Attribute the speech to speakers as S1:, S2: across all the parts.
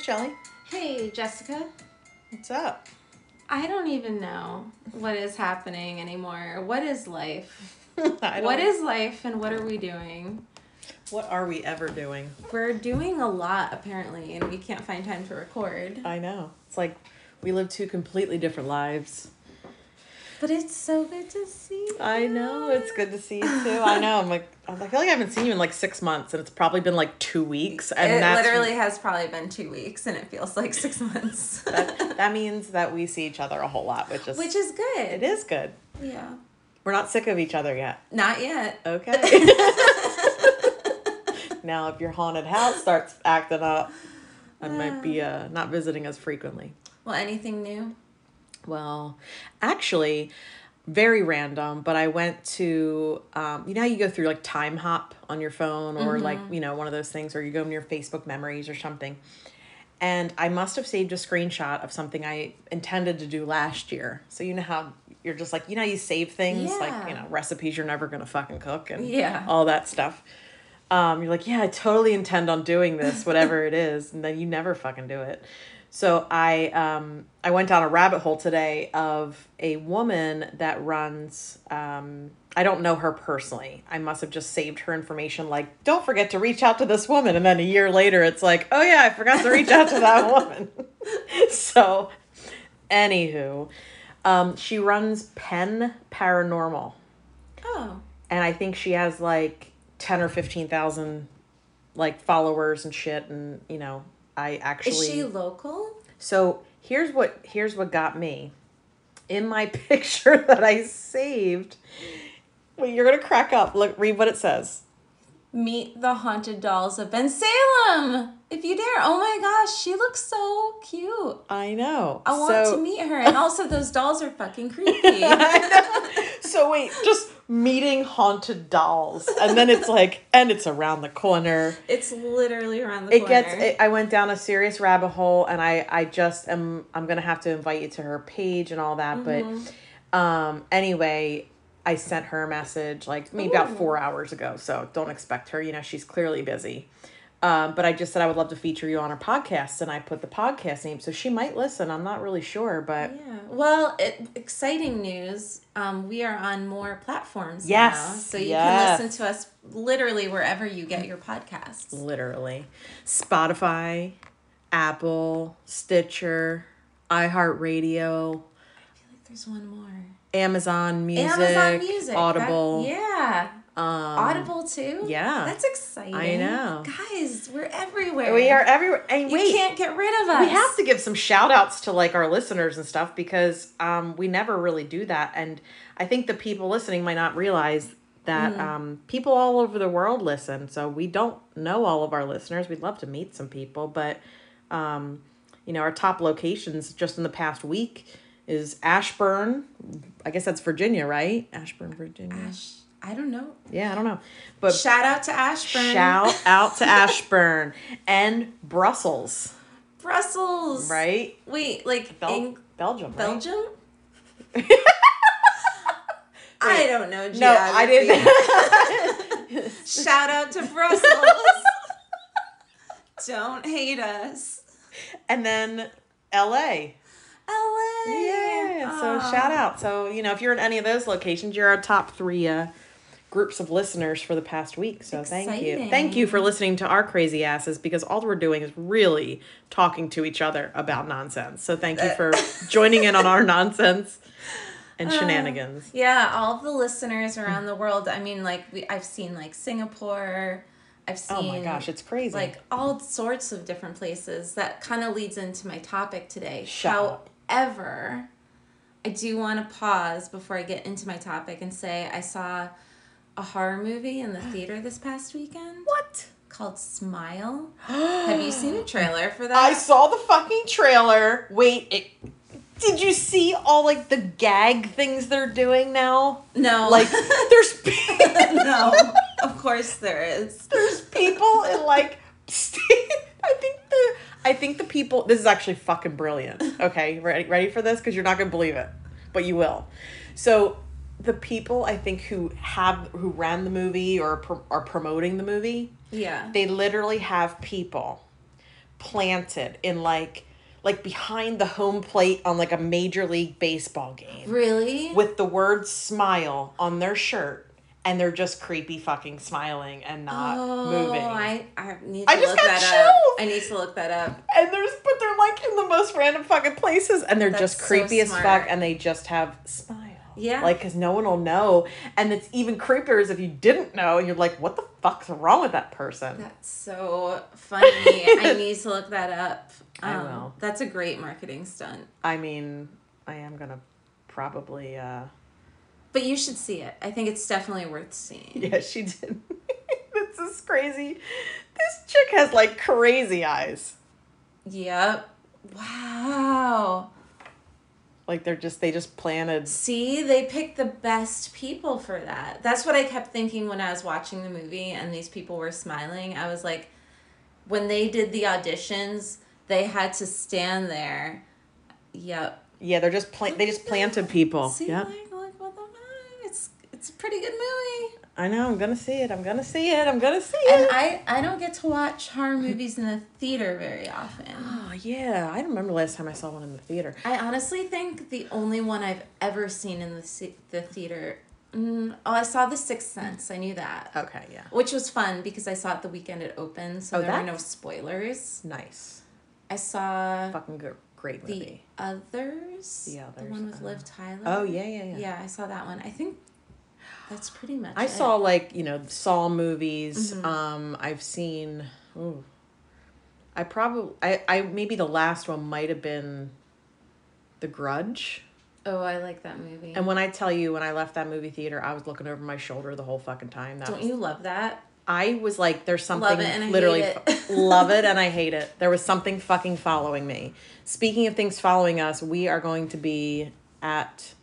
S1: Shelly.
S2: Hey, Jessica.
S1: What's up?
S2: I don't even know what is happening anymore. What is life?
S1: I
S2: What
S1: don't-
S2: is life and what are we doing?
S1: What are we ever doing?
S2: We're doing a lot apparently and we can't find time to record.
S1: I know. It's like we live two completely different lives.
S2: But it's so good to see.
S1: I know. It's good to see you too. I know. I'm like I feel like I haven't seen you in like six months, and it's probably been like two weeks, and
S2: it
S1: that's
S2: literally has probably been two weeks and it feels like six months.
S1: that, that means that we see each other a whole lot, which is
S2: Which is good.
S1: it is good.
S2: Yeah.
S1: We're not sick of each other yet.
S2: Not yet.
S1: Okay. now, if your haunted house starts acting up, I might be
S2: Ah.
S1: uh, not visiting as frequently.
S2: Well, anything new?
S1: Well, actually, very random, but I went to, um, you know, how you go through like Time Hop on your phone or like, you know, one of those things, or you go in your Facebook memories or something. And I must have saved a screenshot of something I intended to do last year. So, you know how you're just like, you know, how you save things like, you
S2: Yeah.
S1: know, recipes you're never going to fucking cook and
S2: Yeah.
S1: all that stuff. Um, you're like, yeah, I totally intend on doing this, whatever it is, and then you never fucking do it. So I um, I went down a rabbit hole today of a woman that runs. Um, I don't know her personally. I must have just saved her information. Like, don't forget to reach out to this woman, and then a year later, it's like, oh yeah, I forgot to reach out to that woman. so, anywho, um, she runs Penn Paranormal
S2: Oh.
S1: and I think she has like ten or fifteen thousand like followers and shit, and you know, I
S2: Is
S1: actually
S2: she local?
S1: so here's what here's what got me in my picture that I saved. Well, you're gonna crack up. Look, read what it says.
S2: Meet the haunted dolls of Ben Salem. If you dare. Oh my gosh, she looks so cute.
S1: I know.
S2: I want
S1: so,
S2: to meet her. And also those dolls are fucking creepy.
S1: So wait, just meeting haunted dolls, and then it's like, and it's around the corner.
S2: it's literally around the
S1: it
S2: corner.
S1: gets it, i went down a serious rabbit hole and i i just am i'm gonna have to invite you to her page and all that
S2: Mm-hmm.
S1: but um anyway i sent her a message like maybe about four hours ago so don't expect her you know she's clearly busy um, but I just said I would love to feature you on her podcast, and I put the podcast name, so she might listen. I'm not really sure, but
S2: yeah. Well, it, exciting news. Um, we are on more platforms
S1: Yes,
S2: now. So you
S1: yes.
S2: can listen to us literally wherever you get your podcasts.
S1: literally, Spotify, Apple, Stitcher, iHeartRadio,
S2: I feel like there's one more.
S1: Amazon Music,
S2: Amazon Music. that-
S1: Audible,
S2: yeah.
S1: um,
S2: Audible too?
S1: yeah.
S2: That's exciting.
S1: I know.
S2: Guys, we're everywhere.
S1: We are everywhere. And
S2: You
S1: wait,
S2: can't get rid of us.
S1: we have to give some shout outs to like our listeners and stuff because um, we never really do that. And I think the people listening might not realize that
S2: Mm-hmm.
S1: um, people all over the world listen. So we don't know all of our listeners. We'd love to meet some people, but um, you know, our top locations just in the past week is Ashburn. I guess that's Virginia, right? Ashburn, Virginia.
S2: Ash, I don't know.
S1: yeah, I don't know. But
S2: Shout out to Ashburn.
S1: shout out to Ashburn and Brussels,
S2: Brussels.
S1: right?
S2: Wait, like
S1: Bel-
S2: in
S1: Belgium. right?
S2: Belgium? I don't know. Geography.
S1: No, I didn't.
S2: Shout out to Brussels. don't hate us.
S1: and then LA.
S2: LA.
S1: Yeah. So
S2: Aw.
S1: shout out. So, you know, if you're in any of those locations, you're our top three uh, groups of listeners for the past week. So thank you.
S2: Exciting.
S1: Thank you for listening to our crazy asses because all we're doing is really talking to each other about nonsense. So thank you
S2: Uh,
S1: for joining in on our nonsense and shenanigans.
S2: Yeah, all of the listeners around the world. I mean, like we, I've seen like Singapore. I've seen.
S1: Oh my gosh, it's crazy.
S2: like all sorts of different places that kind of leads into my topic today
S1: Shut up.
S2: however i do want to pause before i get into my topic and say i saw a horror movie in the theater this past weekend
S1: what?
S2: called smile have you seen a trailer for that
S1: I saw the fucking trailer. Wait, it, did you see all like the gag things they're doing now?
S2: no
S1: Like there's pe-
S2: no of course there is
S1: there's people in like I think the I think the people this is actually fucking brilliant. Okay, ready ready for this cuz you're not going to believe it, but you will. So the people I think who have who ran the movie or pro- are promoting the movie
S2: yeah
S1: they literally have people planted in like like behind the home plate on like a major league baseball game
S2: Really?
S1: with the word smile on their shirt and they're just creepy fucking smiling and not moving.
S2: Oh, I, I need to
S1: I just
S2: look
S1: got
S2: that
S1: chills.
S2: up. I need to look that up.
S1: and there's but they're like in the most random fucking places and they're just
S2: That's so
S1: creepy as
S2: smart.
S1: fuck and they just have smile
S2: Yeah.
S1: like because no one will know and it's even creepier is if you didn't know and you're like what the fuck's wrong with that person
S2: That's so funny. I need to look that up.
S1: I
S2: Um,
S1: will.
S2: That's a great marketing stunt.
S1: i mean i am gonna probably uh
S2: But you should see it. I think it's definitely worth seeing.
S1: yeah she did this is crazy this chick has like crazy eyes
S2: Yep. Wow.
S1: like they're just they just planted
S2: See, they picked the best people for that. That's what I kept thinking when I was watching the movie and these people were smiling. I was like, when they did the auditions, they had to stand there. Yep.
S1: yeah they're just plant they just planted people
S2: See,
S1: Oh, yeah
S2: like, like, what the fuck? It's, it's a pretty good movie.
S1: i know i'm gonna see it i'm gonna see it i'm gonna see it
S2: And I, I don't get to watch horror movies in the theater very often.
S1: Oh yeah, I remember last time I saw one in the theater.
S2: I honestly think the only one I've ever seen in the se- the theater. Mm, oh, I saw The Sixth Sense. I knew that,
S1: Okay, yeah,
S2: which was fun because I saw it the weekend it opened, so
S1: Oh,
S2: there were no
S1: that's-
S2: spoilers.
S1: nice,
S2: I saw
S1: fucking good, great
S2: the
S1: movie.
S2: others.
S1: The Others,
S2: one with
S1: uh,
S2: Liv Tyler.
S1: oh yeah, yeah, yeah.
S2: yeah. I saw that one. I think that's pretty much.
S1: I
S2: it.
S1: saw like you know Saw movies.
S2: Mm-hmm.
S1: Um, I've seen. Ooh, I probably I I maybe the last one might have been, The Grudge.
S2: Oh, I like that movie.
S1: And when I tell you, when I left that movie theater, I was looking over my shoulder the whole fucking time. That
S2: Don't
S1: was,
S2: you love that?
S1: I was like, there's something
S2: it and I
S1: literally
S2: hate it.
S1: love it and I hate it. There was something fucking following me. Speaking of things following us, we are going to be at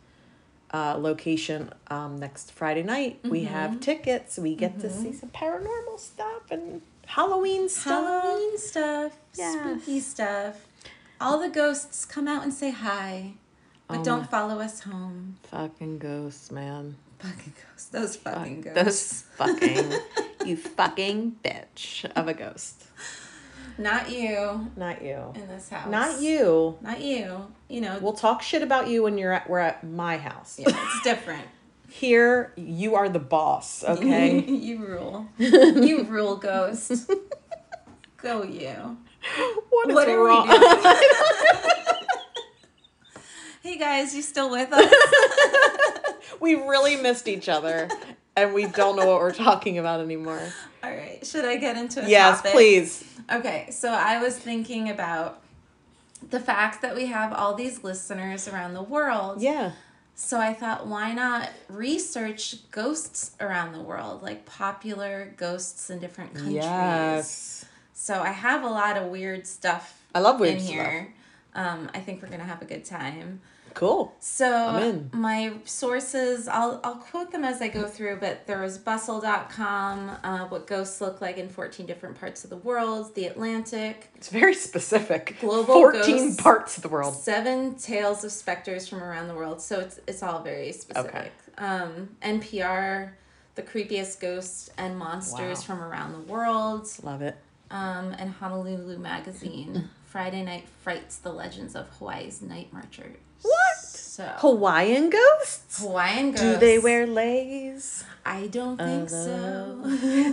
S1: uh, location um, next Friday night. We have tickets. We get to see some paranormal stuff and Halloween stuff.
S2: Halloween stuff,
S1: Yes.
S2: spooky stuff. All the ghosts come out and say hi, but
S1: Oh
S2: don't follow us home.
S1: Fucking ghosts, man.
S2: Fucking ghosts. Those fucking ghosts.
S1: Those fucking you fucking bitch of a ghost.
S2: Not you
S1: Not you.
S2: in this house.
S1: Not you.
S2: Not you. You know,
S1: We'll talk shit about you when you're at we're at my house.
S2: yeah, it's different.
S1: Here, you are the boss, okay?
S2: you rule. You rule, ghost. Go you.
S1: is
S2: What are we
S1: wrong-
S2: doing? Hey guys, you still with us?
S1: we really missed each other and we don't know what we're talking about anymore.
S2: All right. Should I get into a
S1: Yes,
S2: topic?
S1: please.
S2: Okay, so I was thinking about the fact that we have all these listeners around the world.
S1: Yeah.
S2: So I thought, why not research ghosts around the world, like popular ghosts in different countries?
S1: Yes.
S2: So I have a lot of weird stuff
S1: I love weird
S2: in
S1: stuff.
S2: here. Um, I think we're going to have a good time.
S1: Cool.
S2: So
S1: in.
S2: my sources, I'll, I'll quote them as I go through, but there was bustle.com, uh, what ghosts look like in 14 different parts of the world, The Atlantic,
S1: It's very specific.
S2: Global
S1: 14
S2: ghosts.
S1: parts of the world.
S2: Seven tales of specters from around the world. So it's it's all very specific.
S1: Okay.
S2: Um, NPR, the creepiest ghosts and monsters
S1: Wow.
S2: from around the world,
S1: Love it.
S2: um, and Honolulu Magazine. Friday Night Frights: The Legends of Hawaii's Night Marchers.
S1: What?
S2: So
S1: Hawaiian ghosts?
S2: Hawaiian ghosts.
S1: Do they wear lays?
S2: I don't think so.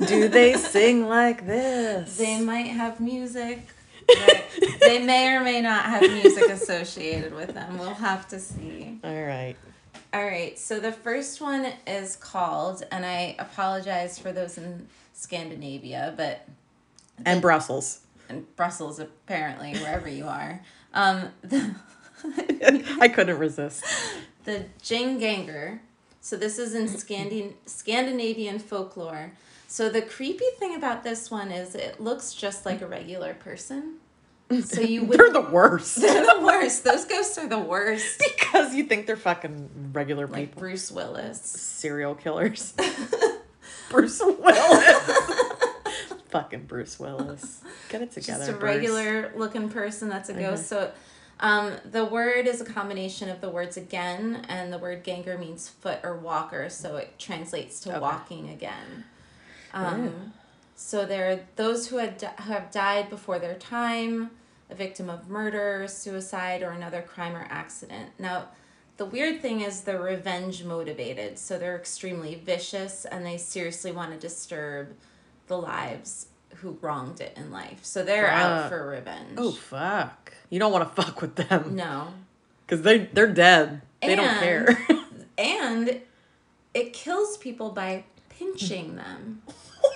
S1: Do they sing like this?
S2: They might have music. but they may or may not have music associated with them. We'll have to see.
S1: All right.
S2: All right, so the first one is called, and I apologize for those in Scandinavia, but
S1: And Brussels.
S2: in Brussels, apparently, wherever you are. Um, the,
S1: I couldn't resist.
S2: the Jinganger. So this is in Scandi- Scandinavian folklore. So the creepy thing about this one is it looks just like a regular person. So you would.
S1: They're the worst.
S2: They're the worst. Those ghosts are the worst.
S1: because you think they're fucking regular people.
S2: Like Bruce Willis.
S1: serial killers. Bruce Willis. Fucking Bruce Willis. Get it together.
S2: just a
S1: Bruce.
S2: regular looking person that's a ghost. So, um, the word is a combination of the words again and the word ganger means foot or walker, so it translates to walking again. Um, So there are those who had di- who have died before their time, a victim of murder, suicide, or another crime or accident. Now, the weird thing is they're revenge motivated, so they're extremely vicious and they seriously want to disturb the lives who wronged it in life. So they're
S1: Fuck.
S2: out for revenge.
S1: Oh fuck! You don't want to fuck with them
S2: No.
S1: because they they're dead. They don't
S2: And-
S1: care.
S2: And it kills people by pinching them.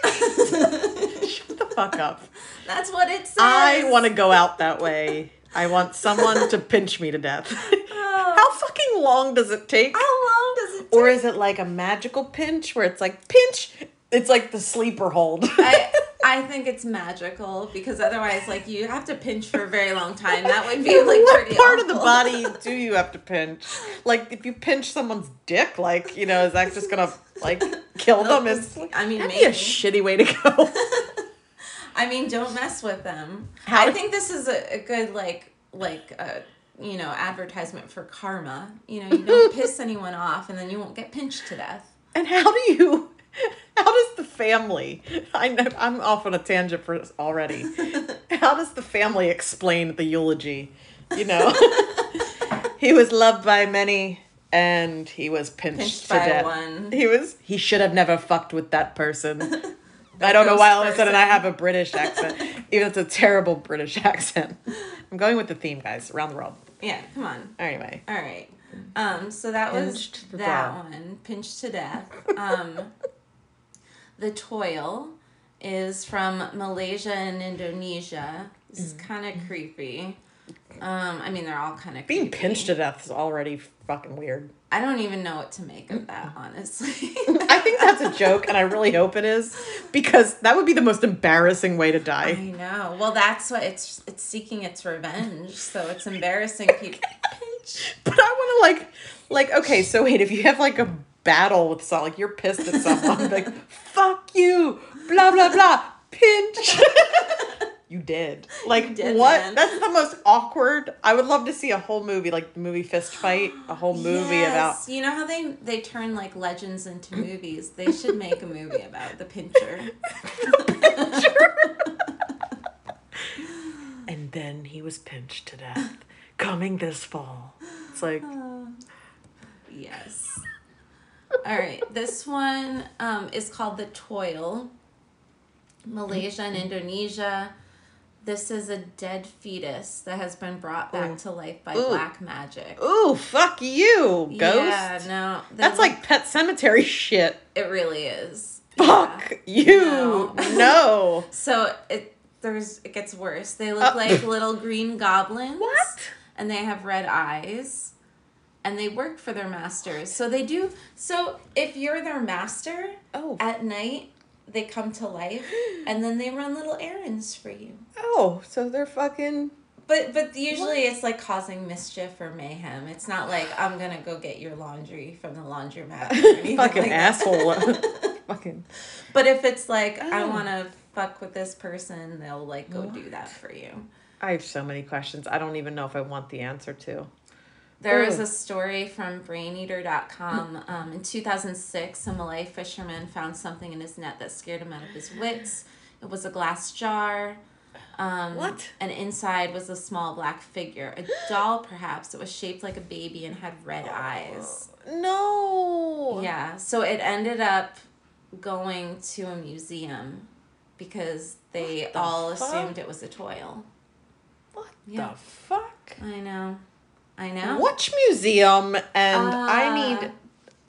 S1: Shut the fuck up.
S2: That's what it says.
S1: I want to go out that way. I want someone to pinch me to death.
S2: Oh.
S1: How fucking long does it take?
S2: How long does it take?
S1: Or is it like a magical pinch where it's like pinch? It's like the sleeper hold.
S2: I, I think it's magical because otherwise, like, you have to pinch for a very long time. That would be like
S1: what
S2: pretty
S1: part of the
S2: awful.
S1: body do you have to pinch? Like if you pinch someone's dick, like you know, is that just gonna like kill them? It's,
S2: I mean,
S1: that'd
S2: maybe.
S1: be a shitty way to go.
S2: I mean, don't mess with them.
S1: How-
S2: I think this is a, a good like like uh, you know advertisement for karma. You know, you don't piss anyone off, and then you won't get pinched to death.
S1: And how do you? How does the family? I know I'm off on a tangent for this already. How does the family explain the eulogy? You know, he was loved by many, and he was pinched,
S2: Pinched
S1: to
S2: by
S1: death.
S2: one.
S1: He was. He should have never fucked with that person. I don't know why all of a
S2: ghost
S1: sudden I
S2: person.
S1: have a British accent, even if it's a terrible British accent. I'm going with the theme, guys. Around the world.
S2: Yeah, come on.
S1: Anyway,
S2: All right. Um, so that was
S1: Pinched to
S2: that
S1: death.
S2: one, pinched to death. Um, the toil is from Malaysia and Indonesia. It's
S1: Mm.
S2: kind of creepy. Um, I mean, they're all kind of
S1: being
S2: creepy.
S1: pinched to death is already fucking weird.
S2: I don't even know what to make of that,
S1: Mm.
S2: honestly.
S1: I think that's a joke, and I really hope it is because that would be the most embarrassing way to
S2: I
S1: die.
S2: know. Well, that's what it's it's seeking its revenge, so it's embarrassing people. Pinch.
S1: But I want to like, like okay, so wait, if you have like a battle with someone, like you're pissed at someone, like fuck you, blah blah blah, pinch. you did. Like
S2: did,
S1: what?
S2: man.
S1: That's the most awkward. I would love to see a whole movie, like the movie Fist Fight, a whole movie about.
S2: Yes. You know how they they turn like legends into movies? They should make a movie about the pincher.
S1: And then he was pinched to death, coming this fall. It's like
S2: Yes. All right. This one um, is called The Toil. Malaysia and Indonesia. This is a dead fetus that has been brought back to life by
S1: Ooh.
S2: black magic.
S1: ooh, fuck you, ghost.
S2: Yeah, no. they
S1: That's
S2: look-
S1: like pet cemetery shit.
S2: it really is. Yeah.
S1: Fuck you. No.
S2: No. So it there's it gets worse. They look
S1: Oh.
S2: like little green goblins.
S1: What?
S2: And they have red eyes. And they work for their masters. So they do so if you're their master
S1: Oh.
S2: at night, they come to life and then they run little errands for you.
S1: Oh, so they're fucking
S2: But but usually it's like causing mischief or mayhem. It's not like I'm gonna go get your laundry from the laundromat. Or anything
S1: fucking
S2: like that.
S1: asshole. fucking
S2: But if it's like I
S1: Oh.
S2: want to fuck with this person, they'll like go do that for you.
S1: I have so many questions. I don't even know if I want the answer to.
S2: There was
S1: Ugh.
S2: a story from braineater.com. Um, in 2006, a Malay fisherman found something in his net that scared him out of his wits. It was a glass jar. Um,
S1: What?
S2: And inside was a small black figure, a doll perhaps. It was shaped like a baby and had red eyes.
S1: No.
S2: Yeah, so it ended up going to a museum because they
S1: the
S2: all
S1: fuck?
S2: assumed it was a toil.
S1: What
S2: Yeah.
S1: the fuck?
S2: I know. I know.
S1: Which museum and I
S2: Uh.
S1: need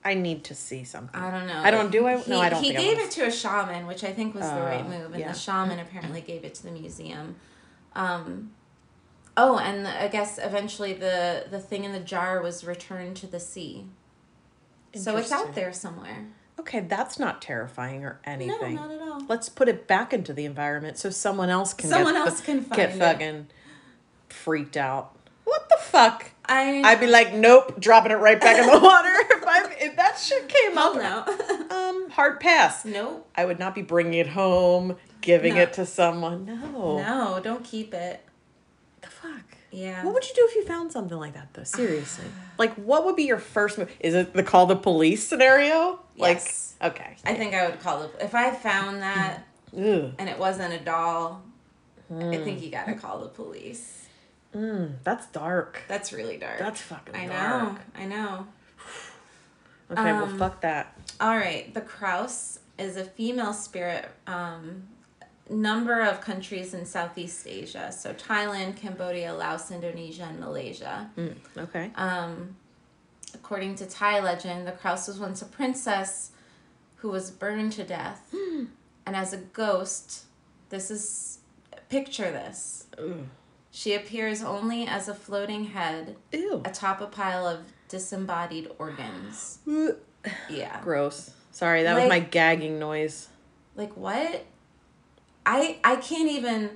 S1: I need to see something.
S2: I don't know.
S1: I don't do I
S2: He,
S1: no I don't
S2: He
S1: think I
S2: gave
S1: wanna-
S2: it to a shaman, which I think was the
S1: Uh,
S2: right move, and
S1: yeah.
S2: the shaman apparently gave it to the museum. Um, oh, and the, I guess eventually the the thing in the jar was returned to the sea. So it's
S1: Interesting.
S2: out there somewhere.
S1: Okay, that's not terrifying or anything.
S2: No, not at all.
S1: Let's put it back into the environment so someone else can
S2: Someone
S1: get, the-
S2: else can find
S1: get
S2: it.
S1: fucking freaked out. What the fuck?
S2: I
S1: I'd be like, nope, dropping it right back in the water. if, I, if that shit came
S2: hell
S1: up,
S2: no.
S1: um, hard pass.
S2: no,
S1: I would not be bringing it home, giving
S2: No.
S1: it to someone. No.
S2: no, don't keep it.
S1: The fuck.
S2: Yeah.
S1: What would you do if you found something like that though? Seriously. like what would be your first move? Is it the call the police scenario? Like
S2: Yes.
S1: okay.
S2: I think I would call it if I found that.
S1: Ugh.
S2: and it wasn't a doll, I
S1: Hmm.
S2: think you gotta call the police.
S1: Mm, that's dark.
S2: That's really dark.
S1: That's fucking
S2: I
S1: dark.
S2: know. I know.
S1: Okay, well,
S2: Um,
S1: fuck that.
S2: All right, the Kraus is a female spirit. Um, number of countries in Southeast Asia, so Thailand, Cambodia, Laos, Indonesia, and Malaysia.
S1: Mm, okay.
S2: Um, according to Thai legend, the Kraus was once a princess who was burned to death, and as a ghost, this is picture this.
S1: Ugh.
S2: She appears only as a floating head
S1: Ew.
S2: atop a pile of disembodied organs.
S1: Ugh.
S2: Yeah.
S1: Gross. Sorry, that was
S2: uh, Like-
S1: my gagging noise.
S2: like what i i can't even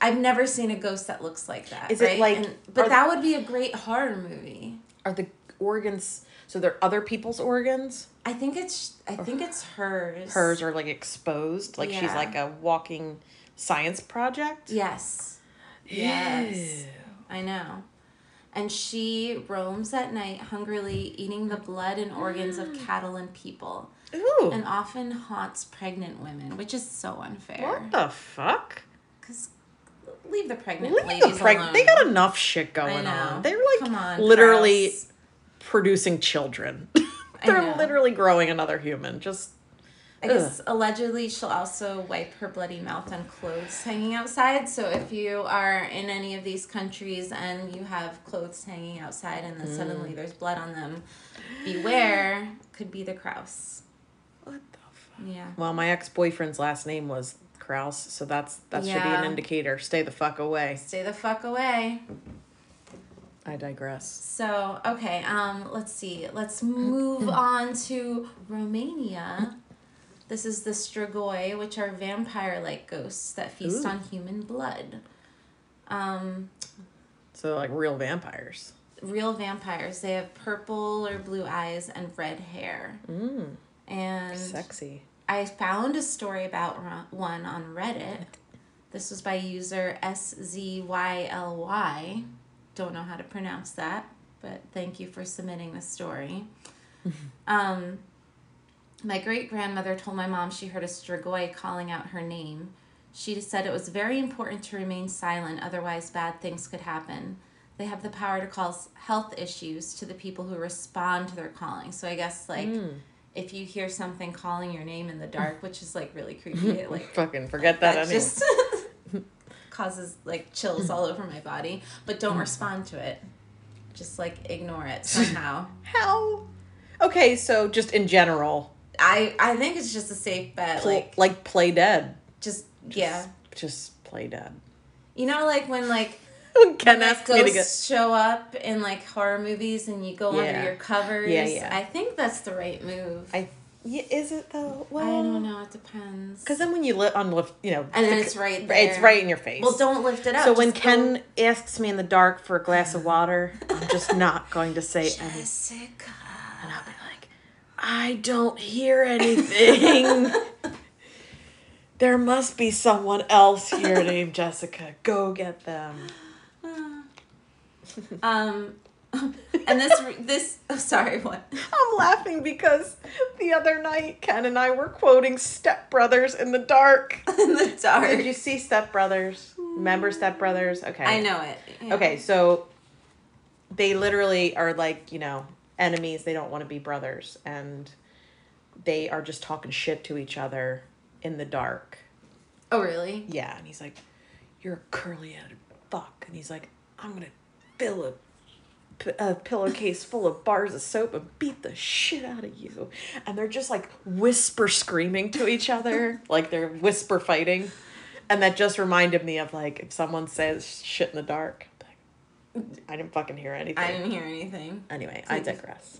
S2: i've never seen a ghost that looks like that
S1: Is it
S2: right?
S1: like-
S2: And- but
S1: are-
S2: that would be a great horror movie
S1: Are the organs? So they're other people's organs.
S2: i think it's i think it's hers
S1: Hers are like exposed, like she's
S2: Yeah.
S1: like a walking science project.
S2: yes yes i know and she roams at night hungrily eating the blood and organs of
S1: Mm.
S2: cattle and people
S1: Ew. Ooh.
S2: and often haunts pregnant women which is so unfair
S1: what the fuck?
S2: because leave the pregnant
S1: Leave the
S2: ladies
S1: preg-
S2: alone
S1: They got enough shit
S2: I
S1: going
S2: know.
S1: on. They're like
S2: Come on,
S1: literally
S2: Kraus.
S1: producing children.
S2: I
S1: They're
S2: know.
S1: literally growing another human. Just
S2: I guess allegedly she'll also wipe her bloody mouth on clothes hanging outside. So if you are in any of these countries and you have clothes hanging outside and then suddenly there's blood on them, beware. Could be the Kraus.
S1: what the fuck?
S2: Yeah.
S1: Well, my ex boyfriend's last name was Kraus, so that's that should be an
S2: Yeah.
S1: indicator. Stay the fuck away.
S2: Stay the fuck away.
S1: I digress.
S2: So okay, um, let's see. Let's move on to Romania. This is the Strigoi, which are vampire-like ghosts that feast
S1: Ooh.
S2: on human blood. Um,
S1: So like real vampires.
S2: real vampires. They have purple or blue eyes and red hair.
S1: Mm,
S2: And
S1: sexy.
S2: I found a story about ro- one on Reddit. This was by user SZYLY. Don't know how to pronounce that, but thank you for submitting the story. um, my great grandmother told my mom she heard a strigoi calling out her name. She said it was very important to remain silent, otherwise, bad things could happen. They have the power to cause health issues to the people who respond to their calling. So I guess, like, if you hear something calling your name in the dark, which is like really creepy, it, like
S1: Fucking forget that, anyway.
S2: just causes like chills all over my body, but
S1: Mm-hmm.
S2: don't respond to it. Just like ignore it somehow.
S1: How? Okay, so just in general,
S2: I I think it's just a safe bet.
S1: pl-
S2: Like
S1: like, play dead.
S2: just, yeah,
S1: Just play dead.
S2: you know, like when like.
S1: Ken
S2: like,
S1: asked me to get.
S2: ghosts show up in like horror movies and you go
S1: Yeah.
S2: under your covers.
S1: Yeah, yeah.
S2: I think that's the right move. I,
S1: I. Yeah, is it though? Well,
S2: don't know. It depends.
S1: Because then when you li- unlift, you know,
S2: and then
S1: the-
S2: it's right there.
S1: it's right in your face.
S2: Well, don't lift it up.
S1: So when
S2: just go-
S1: Ken asks me in the dark for a glass of water, I'm just not going to say anything.
S2: Jessica.
S1: And I'll be like, I don't hear anything. there must be someone else here named Jessica. Go get them.
S2: Um, and this this oh, sorry what?
S1: I'm laughing because the other night Ken and I were quoting Step Brothers in the dark.
S2: In the dark.
S1: Did you see Step Brothers? Remember Step Brothers? Okay.
S2: I know it. Yeah.
S1: Okay, so they literally are like, you know, enemies. They don't want to be brothers. And they are just talking shit to each other in the dark.
S2: Oh really?
S1: Yeah. And he's like, You're a curly headed fuck. And he's like, I'm going to fill a, p- a pillowcase full of bars of soap and beat the shit out of you. And they're just like whisper screaming to each other, like they're whisper fighting. And that just reminded me of like, if someone says shit in the dark, I'm like, I didn't fucking hear anything.
S2: I didn't hear anything.
S1: anyway, I digress.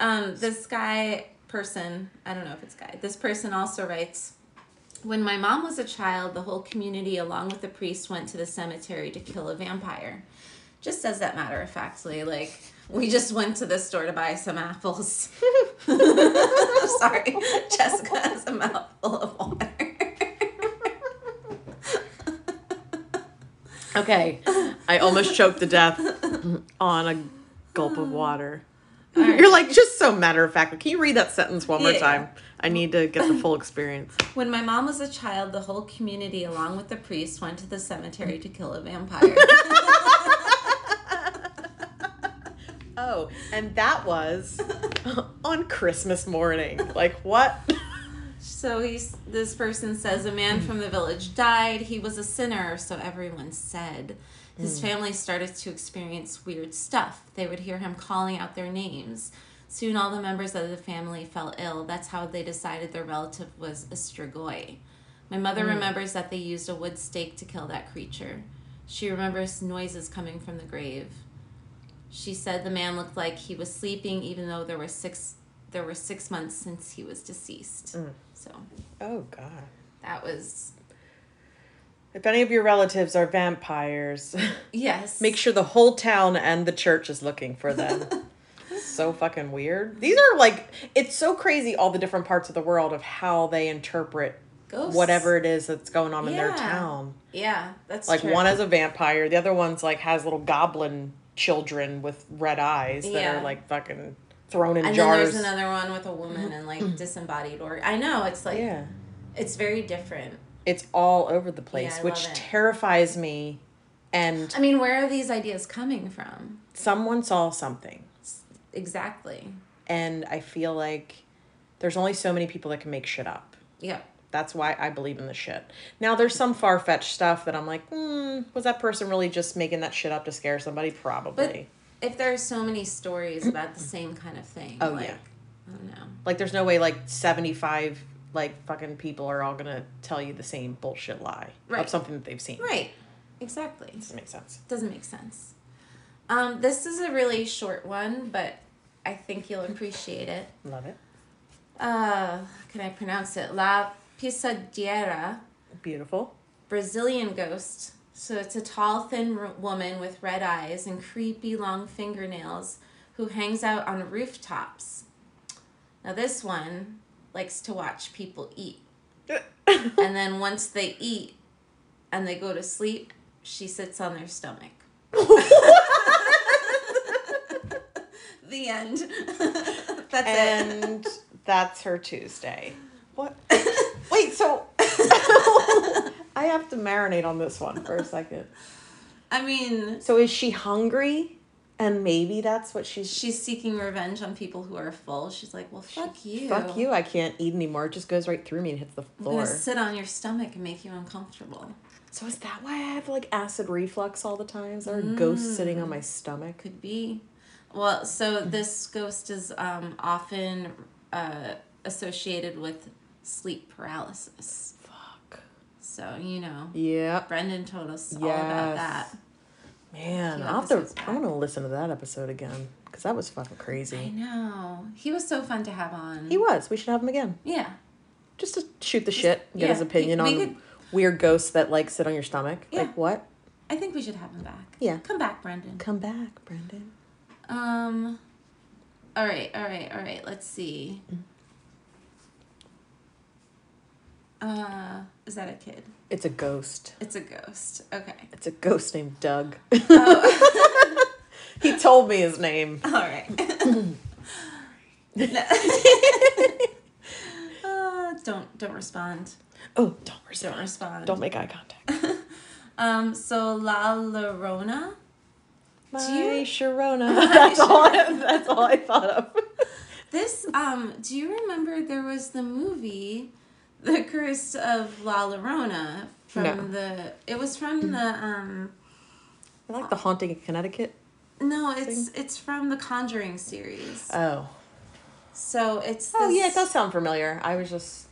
S2: Um, this guy person, I don't know if it's guy. This person also writes, when my mom was a child, the whole community, along with the priest, went to the cemetery to kill a vampire. Just as that matter of factly, like we just went to the store to buy some apples. Sorry, Jessica has a mouthful of water.
S1: Okay. I almost choked to death on a gulp of water. You're like just so matter of fact. Can you read that sentence one more
S2: Yeah.
S1: time? I need to get the full experience.
S2: When my mom was a child, the whole community, along with the priest, went to the cemetery to kill a vampire.
S1: Oh, and that was on Christmas morning. Like what?
S2: so he's, this person says a man from the village died. He was a sinner, so everyone said. His family started to experience weird stuff. They would hear him calling out their names. Soon, all the members of the family fell ill. That's how they decided their relative was a strigoi. My mother remembers that they used a wood stake to kill that creature. She remembers noises coming from the grave. She said the man looked like he was sleeping, even though there were six there were six months since he was deceased. So
S1: Oh God.
S2: that was
S1: If any of your relatives are vampires,
S2: yes.
S1: make sure the whole town and the church is looking for them. so fucking weird. These are like it's so crazy all the different parts of the world of how they interpret
S2: Ghosts.
S1: whatever it is that's going on in their
S2: Yeah.
S1: town.
S2: Yeah, that's
S1: Like
S2: true.
S1: one is a vampire, the other one's like has little goblin children with red eyes that
S2: Yeah.
S1: are like fucking thrown in
S2: and
S1: jars. Mm-hmm.
S2: then there's another one with a woman and like disembodied or I know it's like
S1: yeah.
S2: it's very different.
S1: It's all over the place,
S2: Yeah, I
S1: which
S2: love it.
S1: terrifies me. And
S2: I mean, where are these ideas coming from?
S1: someone saw something.
S2: Exactly.
S1: And I feel like there's only so many people that can make shit up.
S2: Yep.
S1: That's why I believe in the shit. Now, there's some far fetched stuff that I'm like, hmm, was that person really just making that shit up to scare somebody? Probably.
S2: If there are so many stories about the same kind of thing.
S1: Oh,
S2: like,
S1: yeah.
S2: I don't know.
S1: like, there's no way like 75 like fucking people are all gonna tell you the same bullshit lie
S2: Right.
S1: of something that they've seen.
S2: Right. Exactly.
S1: Doesn't make sense.
S2: Doesn't make sense. Um, this is a really short one, but I think you'll appreciate it.
S1: Love it.
S2: Uh, can I pronounce it? La Pisadera,
S1: Beautiful.
S2: Brazilian ghost. So it's a tall, thin r- woman with red eyes and creepy long fingernails who hangs out on rooftops. Now, this one likes to watch people eat. and then once they eat and they go to sleep, she sits on their stomach. the end. That's it.
S1: and that's her Tuesday. What? Wait, so I have to marinate on this one for a second.
S2: I mean,
S1: So is she hungry? And maybe that's what she's.
S2: she's seeking revenge on people who are full. She's like, well, fuck you.
S1: Fuck you! I can't eat anymore. It just goes right through me and hits the
S2: I'm
S1: floor.
S2: gonna sit on your stomach and make you uncomfortable.
S1: So is that why I have like acid reflux all the time? Is there a ghost sitting on my stomach?
S2: Could be. Well, so this ghost is um, often uh, associated with sleep paralysis.
S1: Fuck.
S2: So, you know,
S1: Yep.
S2: Brendan told us all about
S1: Yes.
S2: that.
S1: Man,
S2: Few
S1: I'll have to.
S2: episodes back.
S1: I'm gonna listen to that episode again because that was fucking
S2: I
S1: crazy.
S2: know. He was so fun to have on.
S1: He was. We should have him again.
S2: yeah.
S1: just to shoot the shit, get
S2: yeah,
S1: his opinion
S2: we-
S1: on
S2: we could-
S1: weird ghosts that like sit on your stomach.
S2: Yeah.
S1: Like what?
S2: I think we should have him back.
S1: Yeah.
S2: Come back, Brendan.
S1: Come back, Brendan.
S2: Um All right, all right, all right. Let's see.
S1: Mm.
S2: Uh is that a kid?
S1: It's a ghost.
S2: It's a ghost. Okay. Oh,
S1: It's a ghost named Doug. he told me his name.
S2: All right. No. uh, don't don't respond.
S1: Oh, don't respond.
S2: Don't respond.
S1: Don't make eye contact.
S2: Um so La Llorona
S1: My
S2: Do you-
S1: Sharona. That's all. I, that's all I thought of.
S2: This, um, do you remember there was the movie, The Curse of La Llorona from
S1: No. Mm.
S2: the? It was from the um.
S1: I like the haunting in Connecticut.
S2: No, it's it's from the Conjuring series.
S1: Oh.
S2: So it's
S1: Oh yeah, it
S2: this-
S1: does sound familiar. I was just.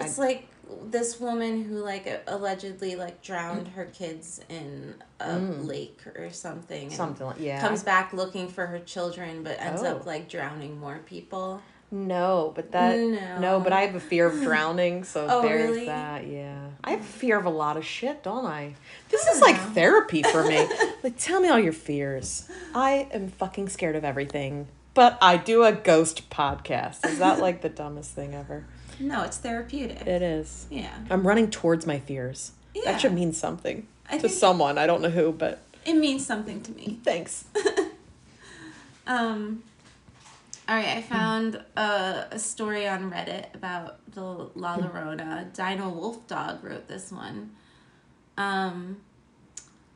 S1: I-
S2: It's like this woman who like allegedly like drowned her kids in a lake or something. and
S1: Something like yeah.
S2: Comes back looking for her children, but ends up
S1: Oh.
S2: like drowning more people.
S1: No, but that
S2: No.
S1: no. but I have a fear of drowning, so
S2: Oh,
S1: there's
S2: really?
S1: that. Yeah, I have fear of a lot of shit, don't I? This
S2: don't
S1: is like
S2: know.
S1: therapy for me. like, tell me all your fears. I am fucking scared of everything, but I do a ghost podcast. Is that like the dumbest thing ever?
S2: No, it's therapeutic.
S1: It is.
S2: yeah.
S1: I'm running towards my fears.
S2: Yeah.
S1: That should mean something
S2: I
S1: to
S2: think-
S1: someone. I don't know who, but
S2: It means something to me.
S1: thanks.
S2: Um, All right, I found a, a story on Reddit about the La Llorona. Dino Wolf Dog wrote this one. Um,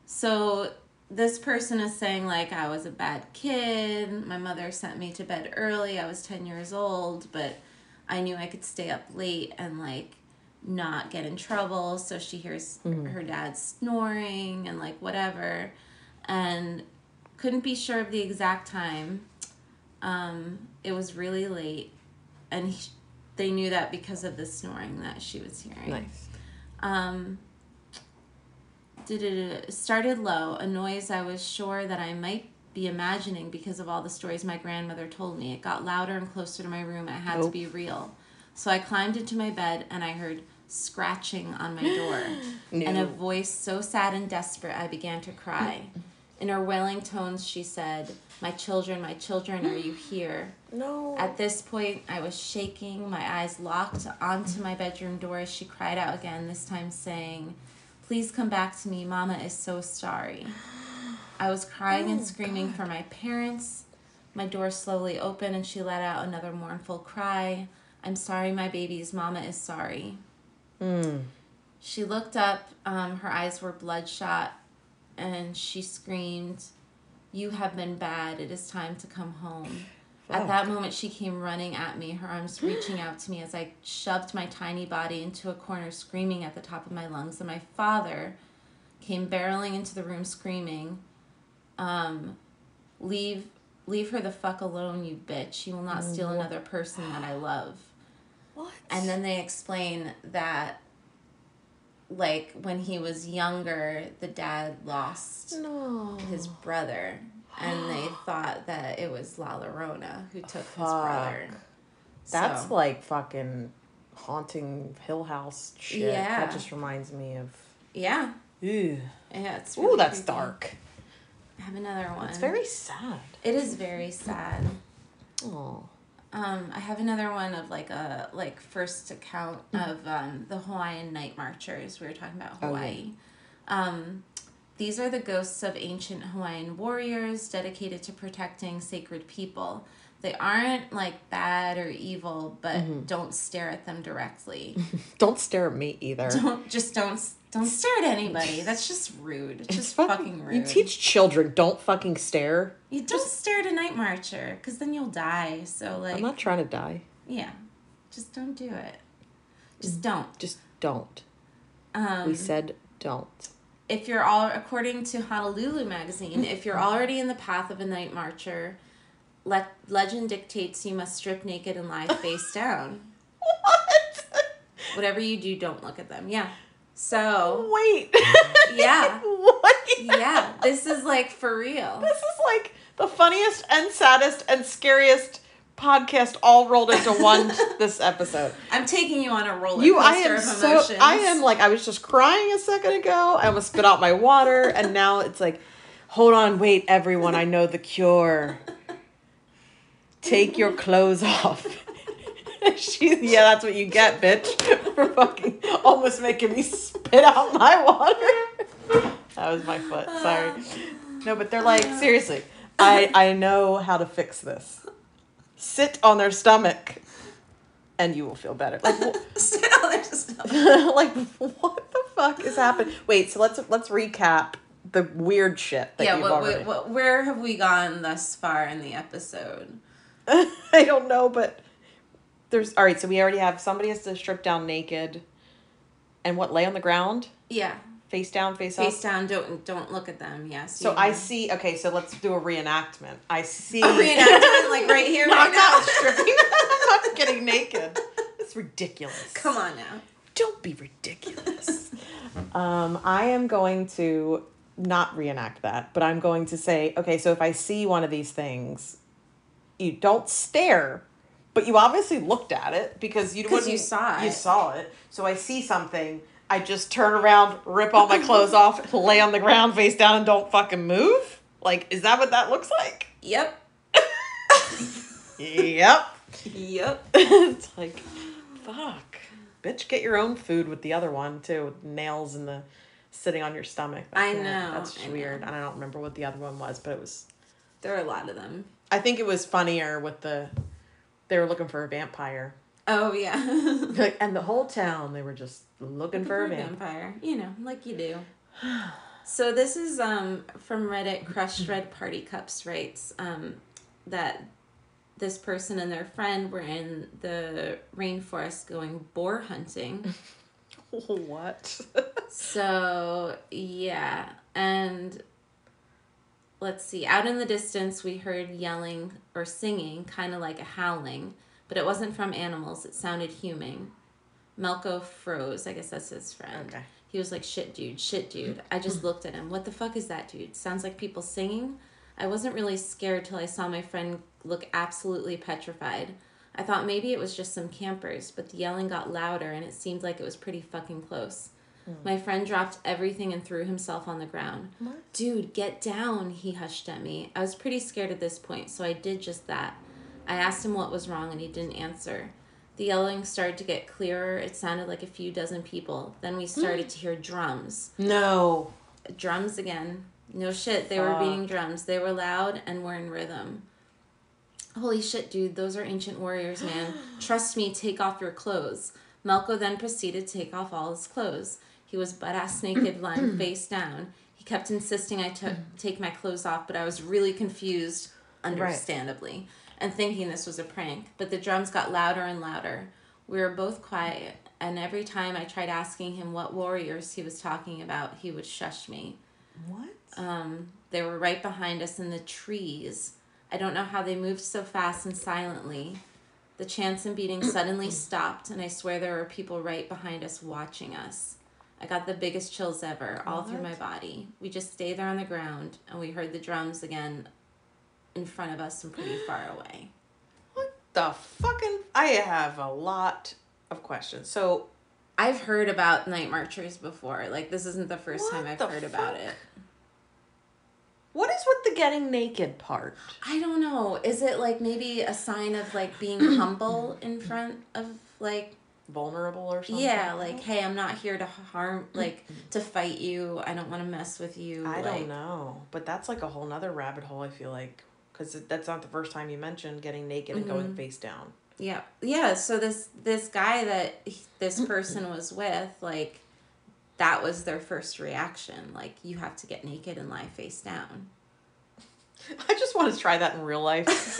S2: so this person is saying like I was a bad kid. My mother sent me to bed early. I was 10 years old, but I knew I could stay up late and like not get in trouble. So she hears her dad snoring and like whatever and couldn't be sure of the exact time. Um, it was really late and he, they knew that because of the snoring that she was hearing
S1: Nice.
S2: um did- uh, started low a noise i was sure that i might be imagining because of all the stories my grandmother told me it got louder and closer to my room it had to
S1: Oh.
S2: be real so i climbed into my bed and i heard scratching on my door and a
S1: No.
S2: voice so sad and desperate i began to cry in her wailing tones she said my children my children are you here
S1: No.
S2: at this point, I was shaking, my eyes locked onto my bedroom door as she cried out again, this time saying, Please come back to me. Mama is so sorry. I was crying and screaming for my parents. My door slowly opened and she let out another mournful cry. I'm sorry, my babies. Mama is sorry. She looked up, um, her eyes were bloodshot, and she screamed, You have been bad. It is time to come home. At that moment, she came running at me, her arms reaching out to me as I shoved my tiny body into a corner, screaming at the top of my lungs. And my father came barreling into the room, screaming, um, "Leave, leave her the fuck alone, you bitch! You will not steal another person that I love."
S1: what?
S2: And then they explain that, like when he was younger, the dad lost
S1: no.
S2: his brother, and they thought that it was La Llorona who took his brother.
S1: That's
S2: So-
S1: like fucking haunting Hill House shit.
S2: Yeah.
S1: That just reminds me of.
S2: yeah,
S1: Ew.
S2: yeah. It's
S1: Ooh,
S2: really
S1: that's
S2: creepy.
S1: dark.
S2: I have another one.
S1: It's very sad.
S2: It is very sad.
S1: Oh.
S2: Um, I have another one of like a like first account of um, the Hawaiian night marchers. We were talking about
S1: Hmm. Oh, yeah.
S2: Hawaii. Um, these are the ghosts of ancient Hawaiian warriors dedicated to protecting sacred people. They aren't like bad or evil, but
S1: Mm-hmm.
S2: don't stare at them directly.
S1: Don't stare at me either.
S2: don't just don't don't stare at anybody. That's just rude. It's just fucking rude.
S1: You teach children, don't fucking stare.
S2: You don't stare at a night marcher because then you'll die. So like
S1: I'm not trying to die.
S2: yeah, just don't do it. Just don't.
S1: Mm. Just don't.
S2: Um,
S1: We said don't.
S2: if you're all according to Honolulu magazine, if you're
S1: Mm-hmm.
S2: already in the path of a night marcher, le- legend dictates you must strip naked and lie face down.
S1: What?
S2: Whatever you do, don't look at them. Yeah. So
S1: Wait.
S2: Yeah.
S1: what?
S2: yeah, this is like for real.
S1: This is like the funniest and saddest and scariest podcast all rolled into one this episode.
S2: I'm taking you on a roller
S1: You, I
S2: coaster
S1: am
S2: of
S1: so.
S2: emotions.
S1: I am like I was just crying a second ago. I almost spit out my water, and now it's like, hold on, wait, everyone. I know the cure. Take your clothes off. she, yeah, that's what you get, bitch, for fucking almost making me spit out my water. that was my foot. Sorry. No, but they're like seriously. I I know how to fix this. Sit on their stomach, and you will feel better. Like. wh-
S2: Still, there's just no-
S1: like what the fuck is happening? Wait, so let's let's recap the weird shit that
S2: yeah,
S1: you've
S2: what,
S1: already.
S2: what, what, where have we gone thus far in the episode?
S1: I don't know, but there's all right. So we already have somebody has to strip down naked, and what lay on the ground,
S2: Yeah,
S1: face down, face,
S2: face
S1: up.
S2: down. Don't don't look at them. Yes.
S1: So
S2: you
S1: I
S2: know.
S1: see. Okay, so let's do a reenactment. I see.
S2: A reenactment, like, right here,
S1: Not
S2: right now.
S1: not stripping. not getting naked. It's ridiculous.
S2: Come on now.
S1: Don't be ridiculous. um, I am going to not reenact that, but I'm going to say, okay, so if I see one of these things, you don't stare, but you obviously looked at it because you
S2: 'Cause you
S1: wouldn't-
S2: saw
S1: You
S2: it.
S1: saw it. So I see something. I just turn around, rip all my clothes off, lay on the ground face down, and don't fucking move. Like, is that what that looks like?
S2: Yep.
S1: Yep.
S2: Yep.
S1: it's like, fuck. Bitch, get your own food with the other one too, with nails and the sitting on your stomach. That's
S2: I
S1: it.
S2: know,
S1: That's just
S2: I know.
S1: weird. And I don't remember what the other one was, but it was
S2: There are a lot of them.
S1: I think it was funnier with the they were looking for a vampire.
S2: Oh yeah.
S1: Like, and the whole town they were just looking for a vampire.
S2: vampire. You know, like you do. So this is um from Reddit Crushed Red Party Cups writes um that this person and their friend were in the rainforest going boar hunting.
S1: What?
S2: So, yeah. And let's see. Out in the distance, we heard yelling or singing, kind of like a howling, but it wasn't from animals. It sounded human. Melko froze. I guess that's his friend.
S1: Okay.
S2: He was like, shit, dude, shit, dude. I just looked at him. What the fuck is that, dude? Sounds like people singing. I wasn't really scared till I saw my friend look absolutely petrified. I thought maybe it was just some campers, but the yelling got louder and it seemed like it was pretty fucking close. My friend dropped everything and threw himself on the ground. Dude, get down, he hushed at me. I was pretty scared at this point, so I did just that. I asked him what was wrong and he didn't answer. The yelling started to get clearer. It sounded like a few dozen people. Then we started to hear drums.
S1: No.
S2: Drums again. No shit, they were beating drums. They were loud and were in rhythm. Holy shit, dude, those are ancient warriors, man. Trust me, take off your clothes. Melko then proceeded to take off all his clothes. He was butt ass naked, lying face down. He kept insisting I took take my clothes off, but I was really confused, understandably, and thinking this was a prank. But the drums got louder and louder. We were both quiet, and every time I tried asking him what warriors he was talking about, he would shush me.
S1: What?
S2: Um, they were right behind us in the trees. I don't know how they moved so fast and silently. The chants and beating suddenly stopped, and I swear there were people right behind us watching us. I got the biggest chills ever, all through my body. We just stayed there on the ground, and we heard the drums again in front of us and pretty far away.
S1: What the fucking I have a lot of questions. So
S2: I've heard about night marchers before. Like, this isn't the first
S1: What
S2: time I've
S1: the
S2: heard about
S1: fuck?
S2: it.
S1: what is with the getting naked part?
S2: I don't know. Is it like maybe a sign of like being humble in front of like
S1: Vulnerable or something? Mm-hmm.
S2: yeah, like hey, I'm not here to harm, like to fight you. I don't want to mess with you.
S1: I
S2: like,
S1: don't know, but that's like a whole nother rabbit hole. I feel like because that's not the first time you mentioned getting naked and going face down.
S2: Yeah, yeah. So this this guy that he- this
S1: Mm-hmm.
S2: person was with, like, that was their first reaction. Like, you have to get naked and lie face down.
S1: I just want to try that in real life.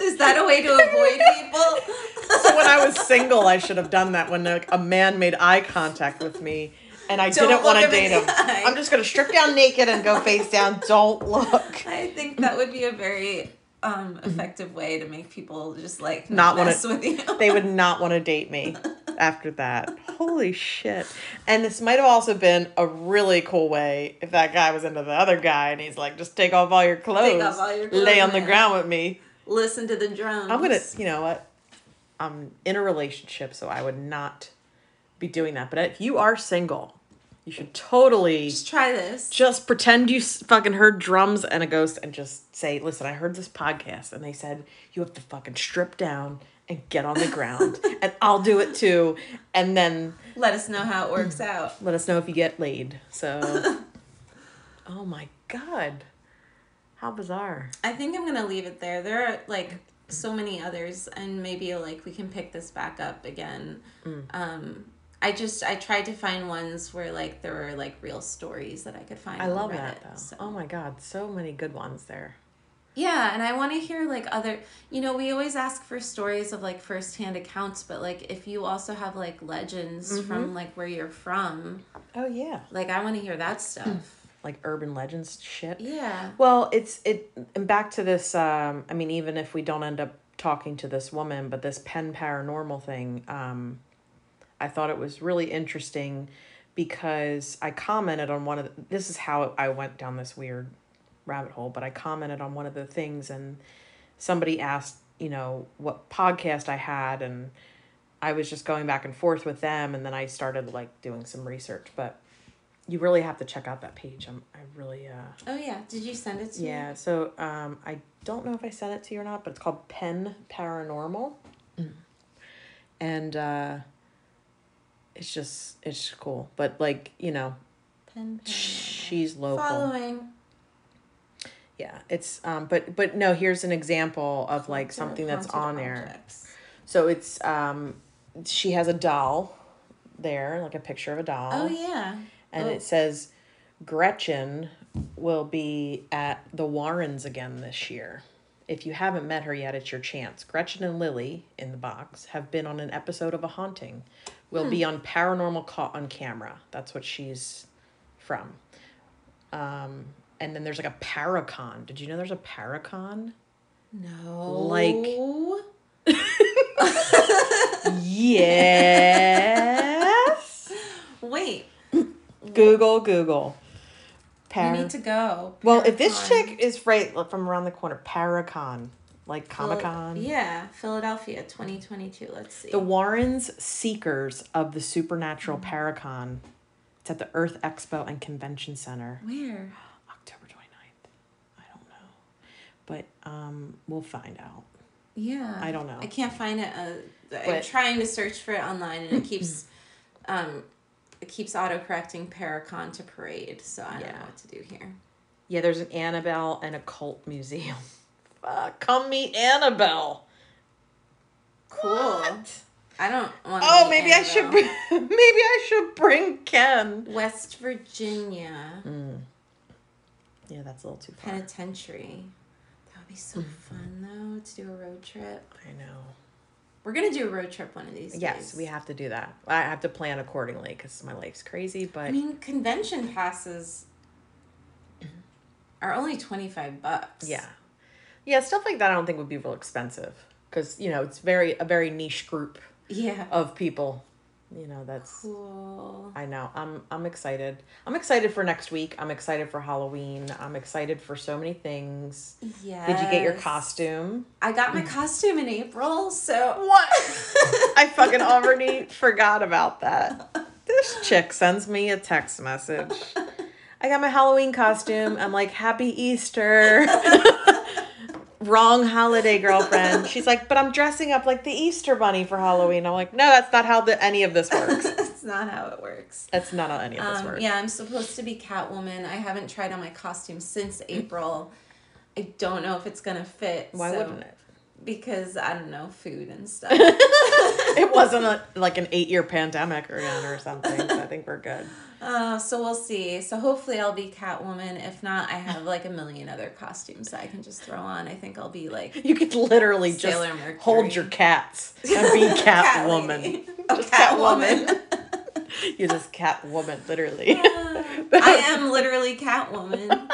S2: Is that a way to avoid people?
S1: so when I was single, I should have done that. When like, a man made eye contact with me, and I
S2: Don't
S1: didn't want to
S2: look him
S1: date
S2: in the
S1: him,
S2: eye.
S1: I'm just gonna strip down naked and go face down. Don't look.
S2: I think that would be a very um, effective way to make people just like
S1: Mm-hmm. Not
S2: not,
S1: wanna-
S2: mess with you.
S1: They would not want to date me after that. Holy shit! And this might have also been a really cool way if that guy was into the other guy and he's like, just take off all your clothes,
S2: off all your
S1: lay
S2: clothes,
S1: on the
S2: man."
S1: ground with me.
S2: Listen to the drums.
S1: I'm gonna, you know what? I'm in a relationship, so I would not be doing that. But if you are single, you should totally
S2: just try this.
S1: just pretend you s- fucking heard drums and a ghost and just say, listen, I heard this podcast and they said you have to fucking strip down and get on the ground and I'll do it too. And then
S2: Let us know how
S1: mm.
S2: it works out.
S1: let us know if you get laid. So, oh my God. How bizarre.
S2: I think I'm gonna leave it there. There are like so many others, and maybe like we can pick this back up again.
S1: Mm.
S2: Um, I just I tried to find ones where like there were like real stories that I could find.
S1: I
S2: on
S1: love
S2: Reddit,
S1: that though.
S2: so-
S1: Oh my God. So many good ones there.
S2: Yeah, and I want to hear like other, you know, we always ask for stories of like firsthand accounts, but like if you also have like legends
S1: Mm-hmm.
S2: from like where you're from,
S1: Oh yeah.
S2: like I want to hear that stuff.
S1: Like urban legends shit.
S2: yeah.
S1: Well, it's it and back to this um I mean even if we don't end up talking to this woman, but this pen paranormal thing, um I thought it was really interesting because I commented on one of the, this is how I went down this weird rabbit hole, but I commented on one of the things and somebody asked, you know, what podcast I had and I was just going back and forth with them and then I started like doing some research, but you really have to check out that page. I'm I really uh
S2: Oh yeah. Did you send it to me?
S1: yeah, so um, I don't know if I sent it to you or not, but it's called Pen Paranormal,
S2: Mm.
S1: and uh, it's just it's just cool. But like you know,
S2: Pen, pen.
S1: she's local.
S2: Following.
S1: yeah it's um but but no here's an example of like something that's on there so it's um she has a doll there like a picture of a doll
S2: Oh yeah.
S1: and
S2: Oh.
S1: it says Gretchen will be at the Warrens again this year. If you haven't met her yet, it's your chance. Gretchen and Lily in the box have been on an episode of A Haunting. Will
S2: Hmm.
S1: be on Paranormal Caught on Camera. That's what she's from. Um, and then there's like a Paracon. Did you know there's a Paracon?
S2: No.
S1: Like- yes.
S2: Wait.
S1: Google, Google. Par-
S2: We need to go.
S1: Well, if this
S2: Paracon.
S1: chick is right from around the corner, Paracon, like
S2: Phil-
S1: Comic Con.
S2: Yeah, Philadelphia 2022. Let's see.
S1: The Warrens Seekers of the Supernatural Paracon. It's at the Earth Expo and Convention Center,
S2: Where?
S1: October 29th. I don't know. But um, we'll find out.
S2: Yeah.
S1: I don't know.
S2: I can't find it. Uh, I'm
S1: But-
S2: trying to search for it online and it keeps um it keeps autocorrecting Paracon to parade, so I don't know
S1: Yeah.
S2: what to do here.
S1: Yeah, there's an Annabelle and a cult museum. Fuck, come meet Annabelle.
S2: Cool.
S1: What?
S2: I don't want
S1: Oh, maybe I should bring, maybe I should bring Ken.
S2: West Virginia
S1: Yeah, that's a little too far.
S2: Penitentiary. That would be so
S1: Mm-hmm.
S2: fun though to do a road trip.
S1: I know.
S2: We're gonna do a road trip one of these days.
S1: Yes, we have to do that. I have to plan accordingly because my life's crazy. But
S2: I mean, convention passes are only twenty five bucks.
S1: Mm-hmm. yeah, yeah, stuff like that I don't think would be real expensive because you know it's very a very niche group
S2: Yeah.
S1: of people. You know that's
S2: Cool.
S1: I know I'm I'm excited. I'm excited for next week. I'm excited for Halloween. I'm excited for so many things.
S2: Yeah.
S1: Did you get your costume?
S2: I got my costume in April, so
S1: What? I fucking already forgot about that. This chick sends me a text message. I got my Halloween costume. I'm like, Happy Easter. Wrong holiday, girlfriend. She's like, but I'm dressing up like the Easter bunny for Halloween. I'm like, no, that's not how the, any of this works.
S2: that's not how it works.
S1: That's not how any of this
S2: Um,
S1: works.
S2: yeah, I'm supposed to be Catwoman. I haven't tried on my costume since April. I don't know if it's gonna fit.
S1: Mm-hmm. Why
S2: so-
S1: wouldn't it?
S2: Because I don't know food and stuff.
S1: It wasn't a, like an eight year pandemic or, or something. So I think we're good.
S2: uh, so we'll see. So hopefully I'll be Catwoman. If not, I have like a million other costumes that I can just throw on. I think I'll be like
S1: You could literally
S2: Sailor
S1: just
S2: Mercury.
S1: hold your cats and be
S2: Cat
S1: Catwoman.
S2: lady. Oh,
S1: Just
S2: Catwoman.
S1: You're just Catwoman, literally.
S2: I am literally Catwoman.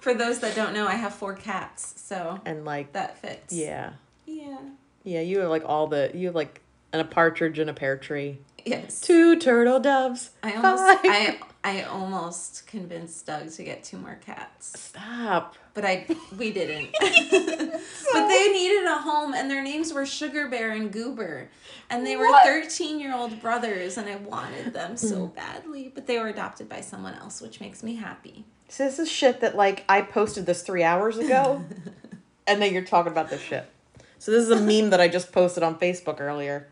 S2: For those that don't know, I have four cats, so
S1: and like,
S2: that fits.
S1: yeah,
S2: Yeah.
S1: yeah. You have like all the you have like an, a partridge in a pear tree,
S2: Yes.
S1: two turtle doves.
S2: I almost
S1: five-
S2: I I almost convinced Doug to get two more cats,
S1: Stop.
S2: but I we didn't. but they needed a home, and their names were Sugar Bear and Goober, and they were
S1: What?
S2: thirteen year old brothers, and I wanted them
S1: Hmm.
S2: so badly, but they were adopted by someone else, which makes me happy.
S1: So this is shit that like I posted this three hours ago, and then you're talking about this shit. So this is a meme that I just posted on Facebook earlier.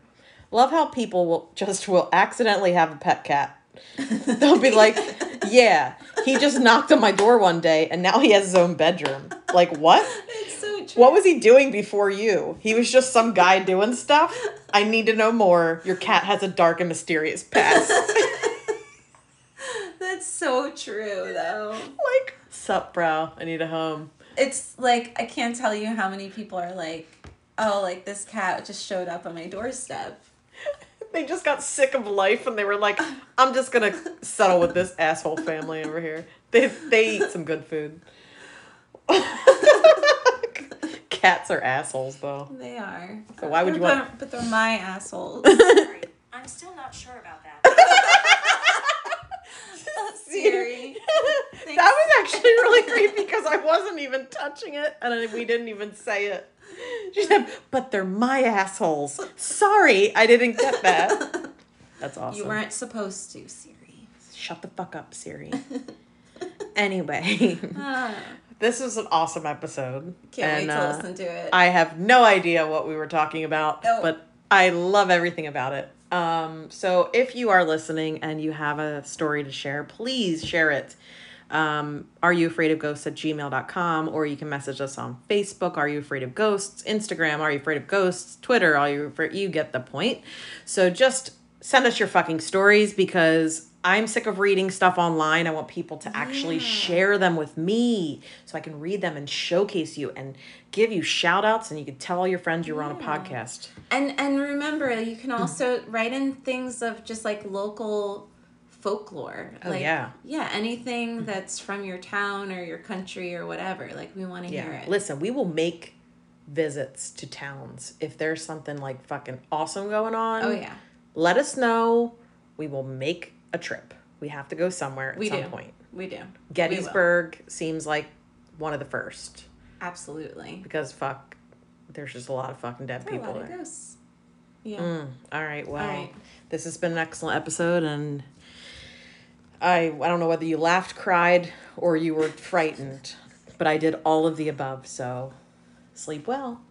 S1: Love how people will just will accidentally have a pet cat. They'll be like, "Yeah, he just knocked on my door one day, and now he has his own bedroom." Like what?
S2: It's so true.
S1: What was he doing before you? He was just some guy doing stuff. I need to know more. Your cat has a dark and mysterious past.
S2: That's so true, though.
S1: like, sup, bro? I need a home.
S2: It's like I can't tell you how many people are like, oh, like this cat just showed up on my doorstep.
S1: They just got sick of life and they were like, I'm just gonna settle with this asshole family over here. They they eat some good food. Cats are assholes though.
S2: They are.
S1: So why would you
S2: but,
S1: want
S2: But they're my assholes.
S3: Sorry, I'm still not sure about that.
S2: Siri. Thanks.
S1: That was actually really creepy because I wasn't even touching it and I- we didn't even say it. She said, But they're my assholes. Sorry, I didn't get that. That's awesome.
S2: You weren't supposed to, Siri.
S1: Shut the fuck up, Siri. anyway.
S2: Ah,
S1: This was an awesome episode. and,
S2: can't wait to
S1: uh,
S2: listen to it.
S1: I have no idea what we were talking about,
S2: Oh.
S1: but I love everything about it. Um, so if you are listening and you have a story to share, please share it. um, are you afraid of ghosts at gmail.com or you can message us on facebook are you afraid of ghosts instagram are you afraid of ghosts twitter are you afraid you get the point so just send us your fucking stories because i'm sick of reading stuff online i want people to actually share them with me so i can read them and showcase you and give you shout outs and you can tell all your friends you were on a podcast
S2: And and remember, you
S1: Hmm.
S2: can also write in things of just like local folklore.
S1: Oh,
S2: like,
S1: yeah. Mm-hmm.
S2: Yeah, anything that's from your town or your country or whatever. Like we want to hear
S1: Yeah.
S2: it.
S1: Listen, we will make visits to towns if there's something like fucking awesome going on.
S2: oh yeah.
S1: Let us know. We will make a trip. We have to go somewhere at
S2: We
S1: some
S2: do.
S1: point.
S2: We do.
S1: Gettysburg seems like one of the first
S2: Absolutely.
S1: because fuck, there's just a lot of fucking dead
S2: There are a
S1: people
S2: lot of
S1: there.
S2: ghosts. Yeah.
S1: Mm. All right. Well,
S2: right.
S1: this has been an excellent episode, and I I don't know whether you laughed, cried, or you were frightened, but I did all of the above. So sleep well.